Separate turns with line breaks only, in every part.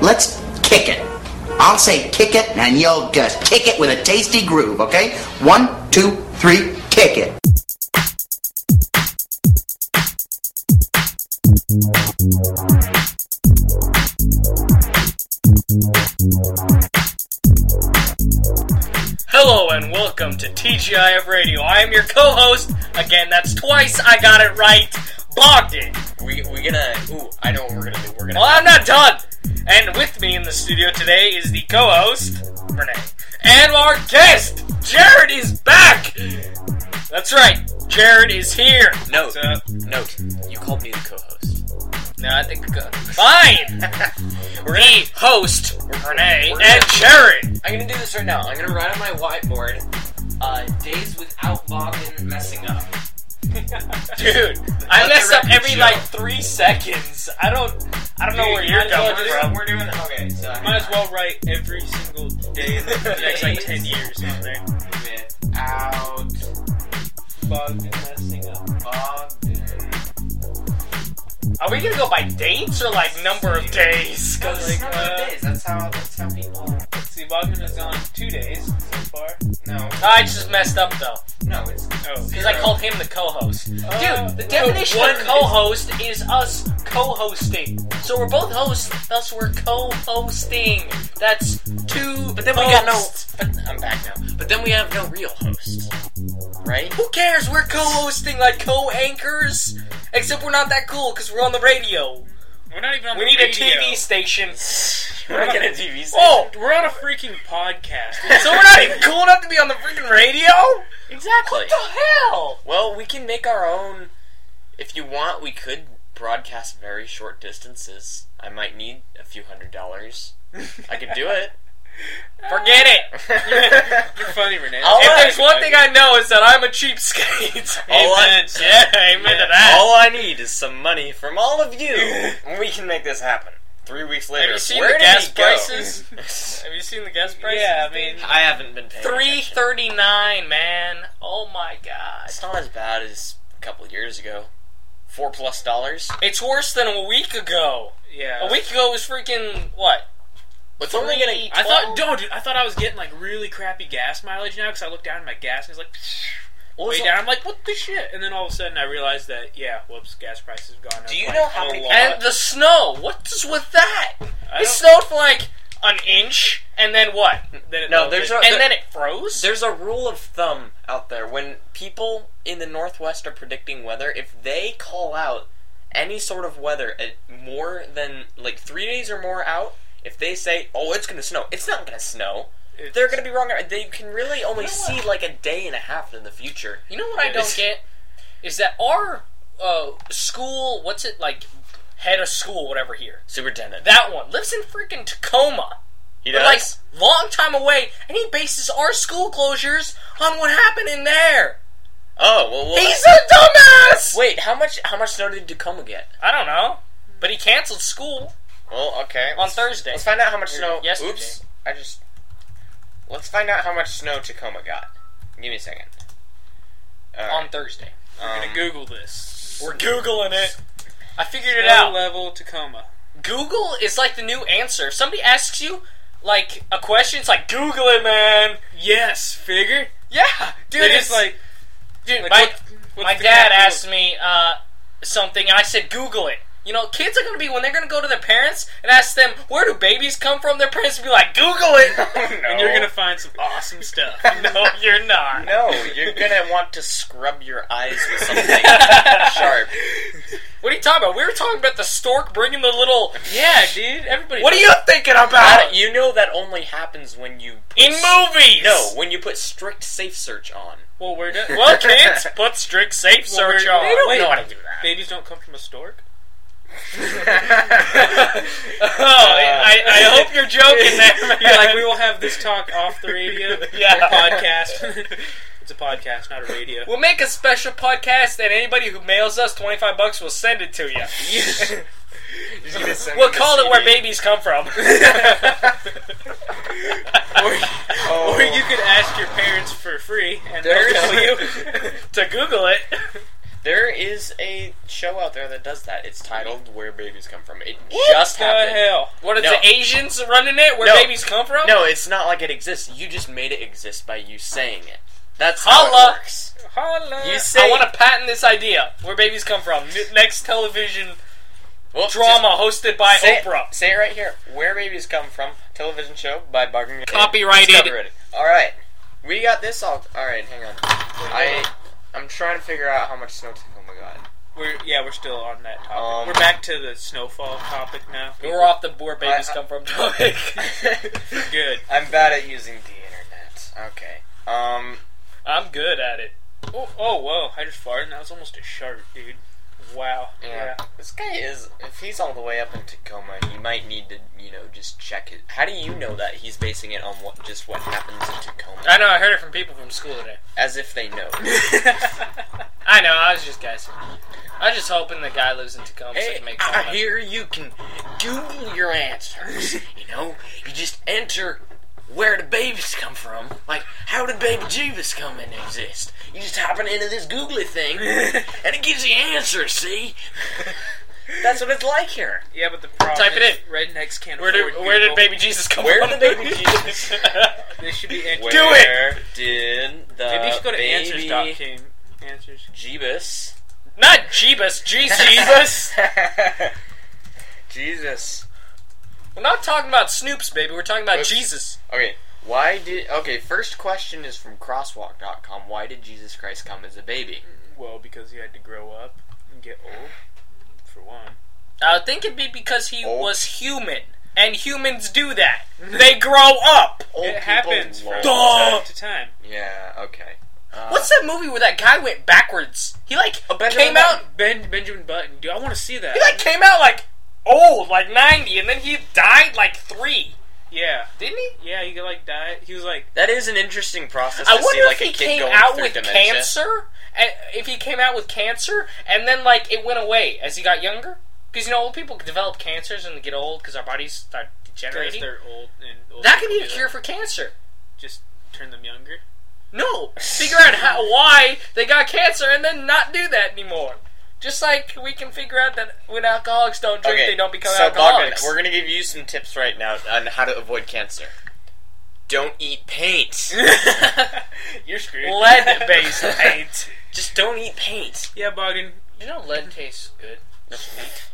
Let's kick it. I'll say kick it, and you'll just kick it with a tasty groove, okay? One, two, three, kick it.
Hello and welcome to TGIF Radio. I am your co-host. Again, that's twice I got it right. Bogdan.
We we gonna ooh, I know what we're gonna do. We're gonna
Well, I'm not done. And with me in the studio today is the co-host Renee and our guest Jared is back. That's right. Jared is here. uh,
No.
What's up?
note. You called me the co-host.
No, I think uh, fine. we're the host Renee
we're gonna-
and Jared.
I'm gonna do this right now. I'm gonna write on my whiteboard uh, days without Bogdan messing up.
Dude, I
Let
mess
the
up
record
every
show.
like three seconds. I don't. I don't know where you're coming from.
We're doing okay. So
Might as well write every single day of the next like ten years on there.
out
Bugged and messing up.
Bogdan.
Are we gonna go by dates or like number of days?
No,
'Cause,
this is
like,
not
uh,
about days. That's how that's how people.
Let's see, Bogdan has gone two days so far.
No,
I just messed up though,
no, it's
Oh,
because I called him the co-host. Dude,
Uh,
the definition
one
of co-host is us co-hosting. So we're both hosts, thus we're co-hosting. That's two.
But then we got no. But I'm back now. But then we have no real host, right?
Who cares? We're co-hosting like co-anchors, except we're not that cool because we're on the radio.
we're not even on
We
the
need a
radio.
TV station.
We're not gonna TV.
Oh,
We're on a freaking podcast.
so we're not even cool enough to be on the freaking radio?
exactly.
What the
Oh,
hell?
Well, we can make our own. If you want, we could broadcast very short distances. I might need a few hundred dollars. I could do it.
Forget it.
You're funny, Renee.
I'll
If
let-
there's one thing I know is that I'm a cheapskate.
All I-
Amen.
yeah, amen to that.
All I need is some money from all of you. and we can make this happen. Three weeks later.
you seen
where
the
did
gas
we go?
prices? Have you seen the gas prices? Yeah, I mean,
I haven't been paying.
Three
attention.
thirty-nine, man. Oh my god.
It's not as bad as a couple years ago. Four plus dollars.
It's worse than a week ago.
yeah.
A week ago was freaking what?
It's only gonna.
I thought, no, dude. I thought I was getting like really crappy gas mileage now because I looked down at my gas and it's like
Well,
way
it's-
down. I'm like, what the shit? And then all of a sudden I realized that yeah, whoops, gas prices have gone up.
Do you
like,
know how
a
many-
lot.
And the snow. What's with that?
I
It
don't-
snowed for like an inch, and then what?
Then it
No,
melted.
there's a-
And then it froze.
There's a rule of thumb out there when people in the Northwest are predicting weather, if they call out any sort of weather at more than like three days or more out, if they say, "Oh, it's gonna snow," it's not gonna snow.
It's-
They're gonna be wrong. They can really only see like a day and a half in the future.
You know what I don't get is that our uh, school, what's it like, head of school, whatever here,
Superintendent.
that one lives in freaking Tacoma,
he
but, like long time away, and he bases our school closures on what happened in there.
oh well. well
He's a dumbass.
wait, how much? How much snow did Tacoma get?
I don't know, but he canceled school
Well, okay.
on Thursday.
Let's find out how much
Or
snow.
yesterday.
Oops, I just. Let's find out how much snow Tacoma got. Give me a second.
On Thursday,
I'm gonna Google this.
we're googling it. I figured it
Low
out.
level Tacoma.
Google is like the new answer. If somebody asks you like a question, it's like Google it, man.
Yes, figure.
Yeah, dude,
They're
it's
just like,
dude,
like,
my,
what- what's
my
the
dad
capital?
asked me uh, something, and I said, Google it. You know, kids are going to be, when they're going to go to their parents and ask them, where do babies come from? Their parents will be like, Google it.
and you're gonna find some awesome stuff.
no, you're not.
No, you're gonna want to scrub your eyes with something sharp.
What are you talking about? We were talking about the stork bringing the little.
yeah, dude. Everybody.
What are you thinking
Uh,
about?
you know that only happens when you put
In movies!
No, when you put strict safe search on.
Well, we're done.
Well, kids, put strict safe
Well, we're-
search on.
they don't
We
know
how
how
to do that.
Babies don't come from a stork.
Oh, I, I hope you're joking there.
You're like, we will have this talk off the radio.
Yeah.
or podcast. it's a podcast, not a radio.
We'll make a special podcast, and anybody who mails us 25 bucks will send it to you. We'll call it Where Babies Come From.
Oh.
Or you could ask your parents for free, and
There
they'll tell you.
is-
to Google it.
There is a show out there that does that. It's titled "Where Babies Come From." It
Just
just
Mm-hmm. the
happened.
hell? What is
No.
the Asians running it? Where
No.
babies come from?
No, it's not like it exists. You just made it exist by you saying it. That's how it
Holla.
works.
Holla.
You say-
I want to patent this idea. Where babies come from? N- Next television
Well,
drama hosted by
just Say it,
Oprah.
say it right here. Where babies come from? Television show by Bargain.
Copyrighted.
All right, we got this all. All right, hang on. I I'm trying to figure out how much snow. To, oh my god.
We're yeah, we're still on that topic.
Um,
we're back to the snowfall topic now.
We're off the where babies
I-
come from topic.
Good.
I'm bad at using the internet. Okay. Um.
I'm good at it.
Oh, oh whoa! I just farted. and That was almost a shark, dude. Wow.
Yeah. This guy is. If he's all the way up in Tacoma, he might need to, you know, just check it. How do you know that he's basing it on what just what happens in Tacoma?
I know. I heard it from people from school today.
As if they know.
I know. I was just guessing. I was just hoping the guy lives in Tacoma so he
Hey,
can make fun
I
of it.
hear you can Google your answers. You know, you just enter where do babies come from? Like, how did baby Jeebus come and exist? You just hopping into this googly thing, and it gives you answers. See, that's what it's like here.
Yeah, but the problem
Type it
is rednecks can't
Where
afford
did where did
Google.
baby Jesus come
Where
from?
did baby Jesus-
This should be answers.
Do it!
Did the
Maybe you should go to
baby
answers.com. Answers.
Jeebus?
Not Jeebus, Jeez Jesus.
Jesus.
We're not talking about Snoop's baby. We're talking about
Oops.
Jesus.
Okay, why did okay? First question is from Crosswalk.com. Why did Jesus Christ come as a baby?
Well, because he had to grow up and get old, for one.
I think it'd be because he
Oh.
was human, and humans do that. They grow up.
Old
it happens from
love-
Duh!
time to time.
Yeah. Okay. Uh,
What's that movie where that guy went backwards? He like
Benjamin
came out.
Ben Benjamin Button, dude, I want to see that.
He like came out like old, like ninety, and then he died like three,
yeah,
didn't he?
yeah, he like died. He was like,
That is an interesting process.
I
to
wonder
see, like
if
a
he
kid
came
going
out
through
with
dementia.
cancer, and if he came out with cancer, and then like it went away as he got younger. Because you know, old people develop cancers and they get old because our bodies start
guys,
degenerating.
they're old and old
That could be
people
a
do
cure for cancer.
Just turn them younger.
No, figure out how, why they got cancer and then not do that anymore. Just like we can figure out that when alcoholics don't drink,
Okay,
they don't become
so Bogdan,
alcoholics.
we're gonna give you some tips right now on how to avoid cancer. Don't eat paint.
You're screwed.
Lead-based paint.
Just don't eat paint.
yeah, Bogdan.
You know, lead tastes good.
That's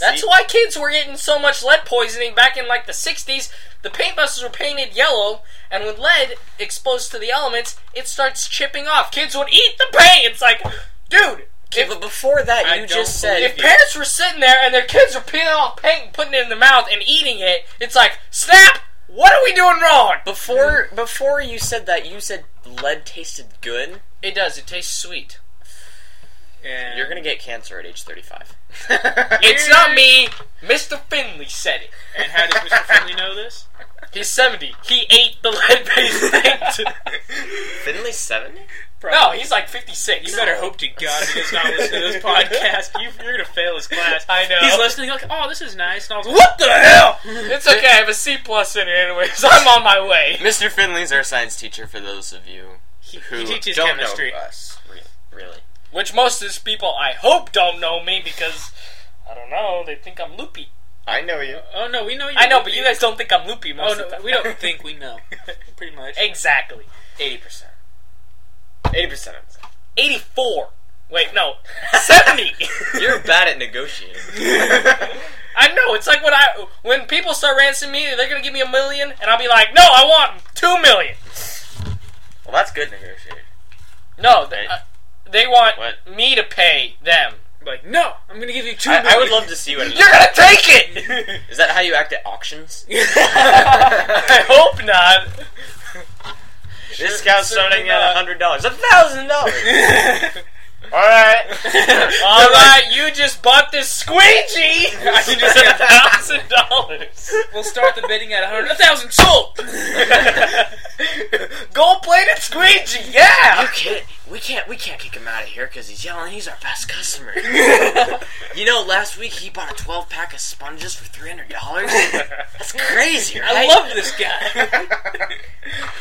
That's why kids were getting so much lead poisoning back in like the 60s. The paint brushes were painted yellow, and when lead exposed to the elements, it starts chipping off. Kids would eat the paint. It's like, dude,
Okay, but before that,
I
you
don't
just said
if parents were sitting there and their kids were peeling off paint and putting it in their mouth and eating it, it's like, snap, what are we doing wrong?
before before you said that, you said lead tasted good.
It does, it tastes sweet.
And
You're gonna get cancer at age 35.
It's not me, Mr. Finley said it.
And how does Mr. Finley know this?
He's 70. He ate the lead based paint.
Finley's 70.
no, he's like 56.
You better hope to God he does not listen to this podcast. You, you're gonna fail his class.
I know.
He's listening like, oh, this is nice. And I was like,
What the hell? It's okay. I have a C plus in it, anyways. I'm on my way.
Mr. Finley's our science teacher. For those of you
He,
who
he teaches
don't
chemistry.
know us, re- really.
Which most of these people, I hope, don't know me because I don't know. They think I'm loopy.
I know you.
Oh no, we know you.
I know, but you guys don't think I'm loopy
Oh
most of the
no,
time.
we don't think we know. Pretty much.
exactly.
Eighty percent. Eighty percent of the time.
84. Wait, no, 70.
You're bad at negotiating.
I know. It's like when I when people start ransoming me, they're gonna give me a million, and I'll be like, no, I want two million.
well, that's good negotiating.
No, they, uh, they want
What?
me to pay them.
Like, no, I'm gonna give you two.
I, I would
million.
love to see what it
You're
is.
gonna take it.
Is that how you act at auctions?
I hope not.
this cow's starting uh,
not.
at a hundred dollars, a thousand dollars. All right.
All right, you just bought this squeegee. I can just get a thousand dollars.
We'll start the bidding at 100, 1,000 sold.
Gold plated squeegee, yeah.
You can't. We can't. We can't kick him out of here because he's yelling. He's our best customer. you know, last week he bought a 12 pack of sponges for 300 dollars. That's crazy, right?
I love this guy.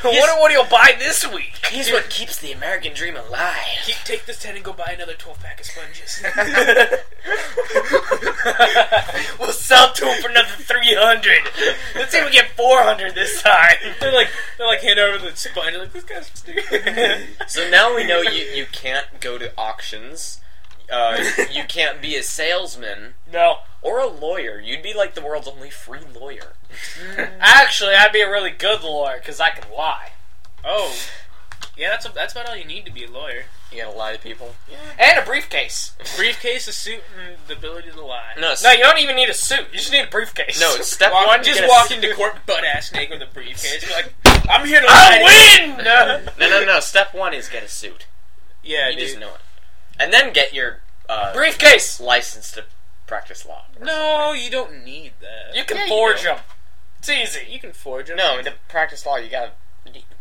I wonder what he'll buy this week.
He's
Dude.
what keeps the American dream alive.
Keep, take this ten and go buy another twelve pack of sponges.
We'll sell to him for another 300. Let's see if we get 400 this time.
they're like they're like hand over the sponge. Like this guy's stupid.
So now we know you, you can't go to auctions. Uh, you can't be a salesman
No.
or a lawyer. You'd be like the world's only free lawyer.
Actually, I'd be a really good lawyer because I can lie.
oh, yeah. That's a, that's about all you need to be a lawyer.
You gotta lie to people.
And a briefcase.
Briefcase, a suit, and the ability to lie.
No, s-
No, you don't even need a suit. You just need a briefcase.
no. Step
Walk-
one,
just
get a
walk
s-
into court butt ass naked with a briefcase. Be like, I'm here to lie.
I win!
No, no, no. Step one is get a suit.
Yeah,
You
dude.
just know it, and then get your uh,
briefcase.
license to practice law.
No, you don't need that.
You can
Yeah, you
forge
know.
them. It's easy.
you can forge it.
No, to practice law, you gotta.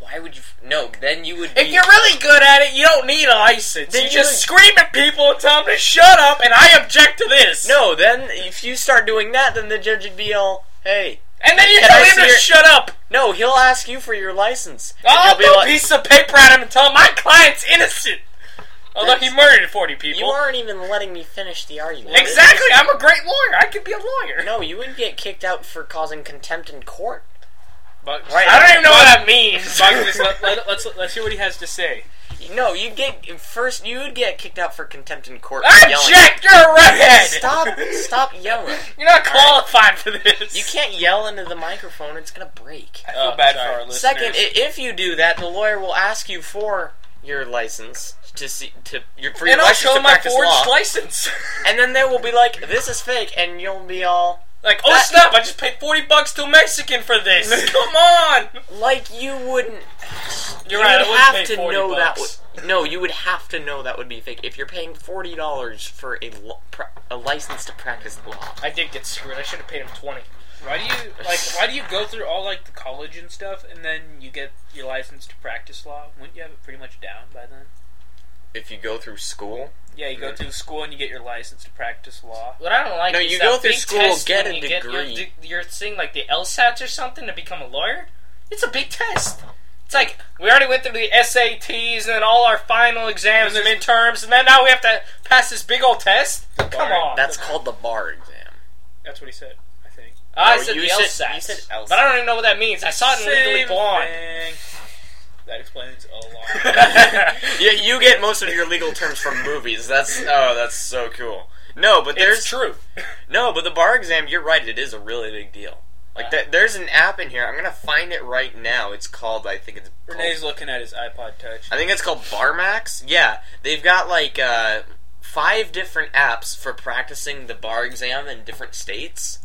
Why would you? No, then you would. Be,
If you're really good at it, you don't need a license.
Then
you
you
just scream at people and tell them to shut up, and I object to this.
no, then if you start doing that, then the judge would be all, "Hey,
And then you
Can
tell
I
him
see
to
your-
shut up.
no." He'll ask you for your license. and
I'll
you'll
throw a piece of paper at him and tell him my client's innocent. Although he murdered 40 people.
You aren't even letting me finish the argument.
exactly, I'm a great lawyer. I could be a lawyer.
No, you would get kicked out for causing contempt in court.
But,
Right.
I don't even know what that means.
Bogdan, just let, let, let's let's hear what he has to say.
No, you'd get first. You would get kicked out for contempt in court. for
I'm
yelling.
Jack, you're a redhead.
Stop! Stop yelling.
You're not qualified for this.
You can't yell into the microphone. It's gonna break.
I feel
Oh,
bad
sorry.
for our listeners.
Second, i- if you do that, the lawyer will ask you for your license to see to your free
And I'll
license
show
to
him my
practice
forged
law.
license.
and then they will be like, "This is fake," and you'll be all
like, oh
That-
snap, I just paid 40 bucks to a Mexican for this. Come on.
like, "You wouldn't."
You're
you
right, I
would
would
have
pay
to
40
know
bucks.
that. Would, no, you would have to know that would be fake if you're paying forty dollars for a lo- pra- a license to practice law.
I did get screwed. I should have paid him 20.
Why do you like? Why do you go through all like the college and stuff, and then you get your license to practice law? Wouldn't you have it pretty much down by then?
If you go through school,
Yeah, you go through school and you get your license to practice law.
What I don't like
No,
is
you
that
go through
big
school,
test
get
when
a
you your
degree.
de- you're seeing like the LSATs or something to become a lawyer. It's a big test. It's like we already went through the SATs and all our final exams and
And there's-
midterms, and then now we have to pass this big old test. Come
bar.
on,
that's called the bar exam.
That's what he said, I think.
Ah, I
No,
said
you
the
said-
LSATs,
you said
but I don't even know what that means. I saw it in Legally
Same
Blonde.
thing. That explains a lot.
yeah, you get most of your legal terms from movies. That's oh, that's so cool. No, but there's
It's true.
no, but the bar exam. You're right. It is a really big deal. Like that, there's an app in here. I'm gonna find it right now. It's called. I think it's.
Renee's looking at his iPod Touch.
I think it's called Barmax. Yeah, they've got like uh, five different apps for practicing the bar exam in different states.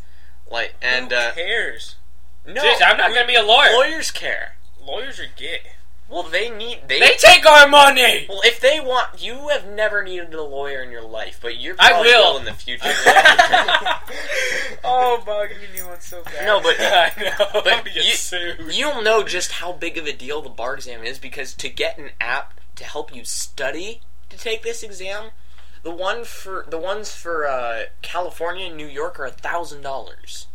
Like and
Who
uh,
cares?
no,
Jeez, I'm not gonna be a lawyer.
lawyers care.
Lawyers are gay.
Well, they need
They take our money.
Well, if they want, you have never needed a lawyer in your life, but you're
I
probably
will.
in the future.
Oh, Bogdan, you want so bad.
no, but
I know.
But
Get
you-
sued.
you'll know just how big of a deal the bar exam is because to get an app to help you study to take this exam, the one for the ones for uh, California and New York are a thousand dollars.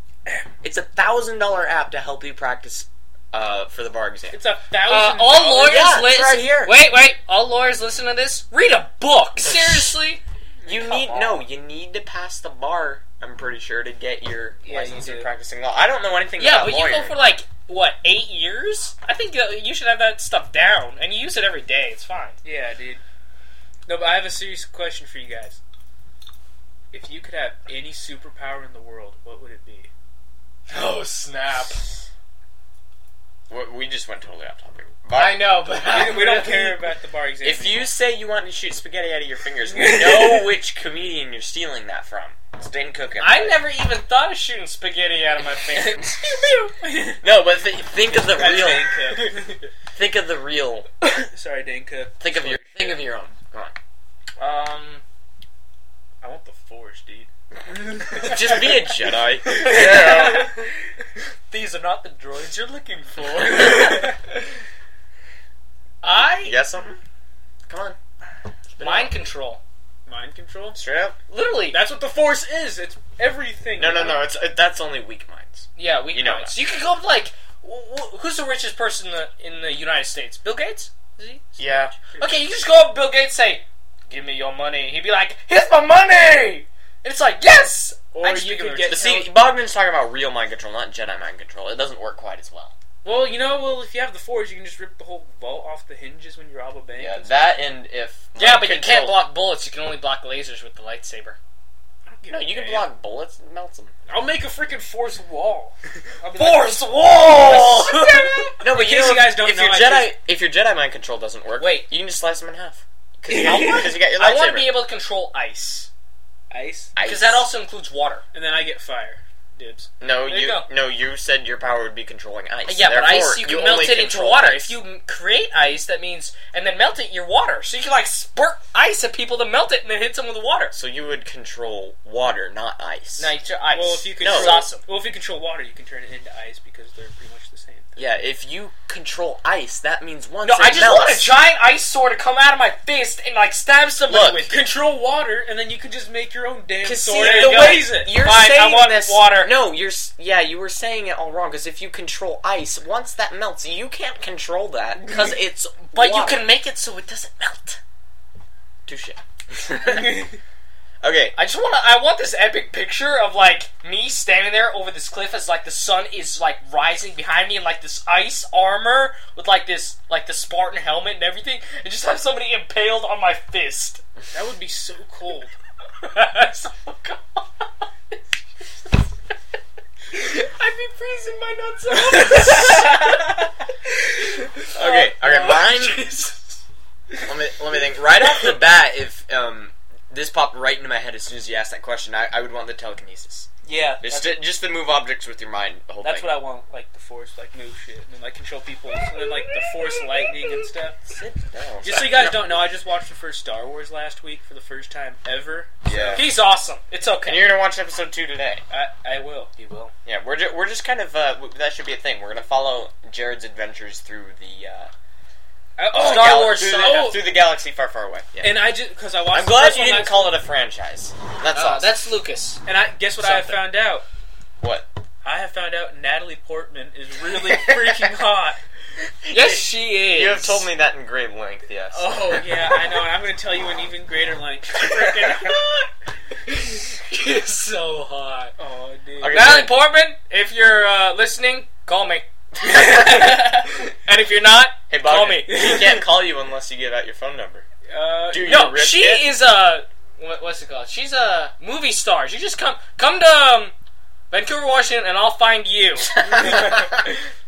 It's a thousand dollar app to help you practice uh, for the bar exam.
It's a thousand.
Uh, all lawyers
Oh, yeah, it's
listen.
right here.
Wait, wait. All lawyers listen to this. Read a book. Seriously.
You need no. You need to pass the bar. I'm pretty sure to get your
you
license in
do.
practicing law. I don't know anything
yeah,
about
but you
lawyering.
go for like what eight years? I think uh, you should have that stuff down, and you use it every day. It's fine.
Yeah, dude. No, but I have a serious question for you guys. If you could have any superpower in the world, what would it be?
Oh snap!
We- We just went totally off topic.
I know, but
We, we don't care about the bar exam.
If you say you want to shoot spaghetti out of your fingers, we know which comedian you're stealing that from. It's Dan Cookin.
I never even thought of shooting spaghetti out of my finger.
No, but th- think of the
That's
real.
Dan Cook.
Think of the real.
Sorry, Dan Cook.
Think of your. Think of your own. Come on.
um,
I want the forge, dude.
Just be a Jedi.
these are not the droids you're looking for. I
You got something? Come on.
mind control.
Mind control.
Straight up.
Literally,
That's what the force is. It's everything.
No, no, no. It's uh, that's only weak minds.
Yeah, we
You
you
know
know. So you could go up like, wh- wh- who's the richest person in the, in the United States? Bill Gates? Is he?
Yeah.
Okay, you just go up to Bill Gates say, "Give me your money." He'd be like, "Here's my money." And it's like, "Yes."
Or
I just
you
think
could
of it.
get
But see,
Hell-
Bogman's talking about real mind control, not Jedi mind control. It doesn't work quite as well.
Well, you know, well, if you have the forge, you can just rip the whole vault off the hinges when you're Abba Bank.
Yeah,
and stuff.
that and if
Yeah,
mind
but you
control-
can't block bullets. You can only block lasers with the lightsaber.
I don't give
No,
a
you can
damn.
block bullets and melt them.
I'll make a freaking force wall. I'll be like,
Force wall.
No, but
In case you guys don't
if
know,
your
I
Jedi
just-
if your Jedi mind control doesn't work,
Wait.
you can just slice them in half. Because
I want-
you got your lightsaber.
I want to be able to control ice
ice,
Ice.
because that also includes water.
and then I get fire. Dibs.
no,
There you
you,
go.
no, you said your power would be controlling ice.
Yeah, but
Therefore,
ice you can
only
melt it into
control
water.
ice.
If you m- create ice, that means and then melt it, you're water. So you can like spurt ice at people to melt it and then hit them with water.
so you would control water, not ice.
Now you're ice.
Well, if you
no,
control,
it's awesome.
Well, if you control water, you can turn it into ice because they're pretty much the same.
Yeah, if you control ice, that means once
No,
it
I just
melts,
want a giant ice sword to come out of my fist and like stab somebody
Look,
with. it.
Control water, and then you can just make your own damn
Cause
sword.
see,
and
the
go.
way
Use it.
you're
Fine, I
saying
want
this,
water.
No, you're s- yeah, you were saying it all wrong. Because if you control ice, once that melts, you can't control that because it's.
But you
water.
can make it so it doesn't melt.
touche. okay,
I just want to. I want this epic picture of like me standing there over this cliff as like the sun is like rising behind me and like this ice armor with like this like the Spartan helmet and everything, and just have somebody impaled on my fist.
That would be so cold.
So, God. I'd be freezing my nuts out.
okay, okay. Mine. Let me let me think. Right off the bat, if um this popped right into my head as soon as you asked that question, I, I would want the telekinesis.
Yeah,
Just
that's,
to, just to move objects with your mind. The whole
that's
thing.
what I want. Like the force, like move shit, and then like control people, and then like the force lightning and stuff.
Sit down.
Just so you guys don't know, I just watched the first Star Wars last week for the first time ever.
Yeah.
He's awesome. It's
And
okay.
you're gonna watch episode two today.
I, I will. You will.
Yeah, we're ju- we're just kind of uh, w- that should be a thing. We're gonna follow Jared's adventures through the uh,
I, oh,
Star
Star
Wars-
Wars.
through, the,
oh.
through the galaxy far, far away. Yeah.
And I just because I watched.
I'm
the
glad
first
you
one
didn't
last
call it a franchise. That's
Uh,
awesome.
that's Lucas.
And I guess what I have
Something.
found out?
what?
I have found out Natalie Portman is really freaking hot.
Yes, she is.
You have told me that in great length. Yes.
Oh yeah, I know. And I'm going to tell you an even greater length. Freaking
She's so hot.
Oh dude.
Okay.
Natalie Portman, if you're uh, listening, call me. and if you're not,
Hey, Bogdan,
call me.
he can't call you unless you give out your phone number.
Uh,
Do you
no,
risk
she
it?
is a what, what's it called? She's a movie star. You just come come to um, Vancouver, Washington, and I'll find you.
just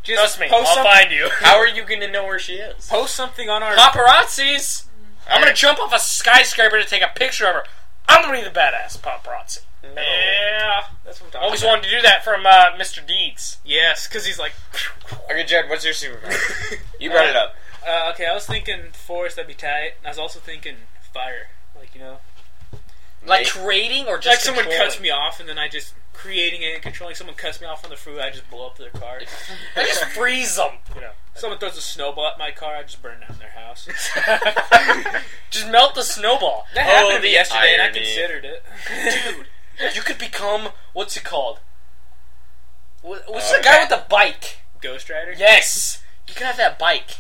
Trust me,
Post,
I'll
some-
find you.
How are you gonna know where she is?
post something on our.
Paparazzis. I'm gonna jump off a skyscraper to take a picture of her. I'm gonna be the badass paparazzi.
No.
Yeah,
That's what I'm
I
talking
always
about.
wanted to do that from uh, Mr. Deeds.
Yes, because he's like.
Okay, Jared, what's your superpower? you brought it up.
Uh, okay, I was thinking forest. That'd be tight. I was also thinking fire. Like you know,
Like
Nate?
creating or
like
just
someone
controlling?
cuts me off, and then I just creating it and controlling. Someone cuts me off on the food, I just blow up their car.
I just freeze them.
You know, someone throws a snowball at my car, I just burn down their house.
Just melt the snowball.
That happened
Oh,
to me
the
yesterday, and I
irony.
considered it. Dude,
You could become what's it called? Wha- What's
Uh,
the guy with the bike?
Ghost Rider.
Yes, you can have that bike.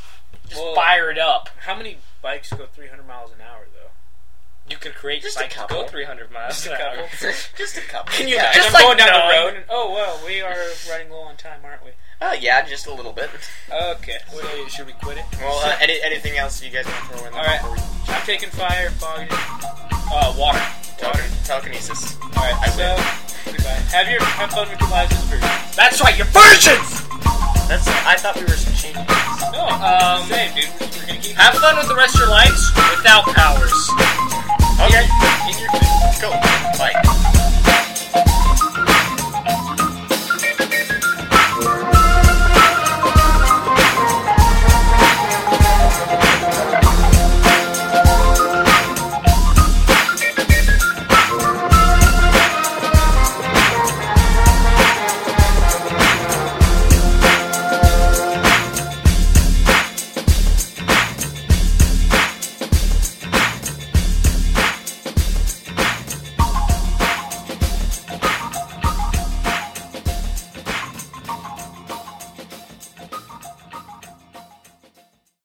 Just
Well-
fire it up.
How many bikes go 300 miles an hour though?
You could create
Just a
bikes to go
couple.
300 miles.
Just a
an hour.
couple.
just a couple.
Can you
Yeah,
imagine?
And
Just
I'm
like
going down
none.
the road. And, oh well, we are running low on time, aren't we?
Uh, yeah, just a little bit.
Okay. What do you- should we quit it?
Well, uh, any, anything else you guys want to throw in?
All right. I'm taking fire, fog, uh, water.
Tele- telekinesis.
All right. So goodbye. Have your have fun with your lives as virgins.
That's right, you're virgins.
That's. I thought we were cheating.
No,
Um,
same, dude. We're gonna keep.
Have fun with the rest of your lives without powers.
Okay.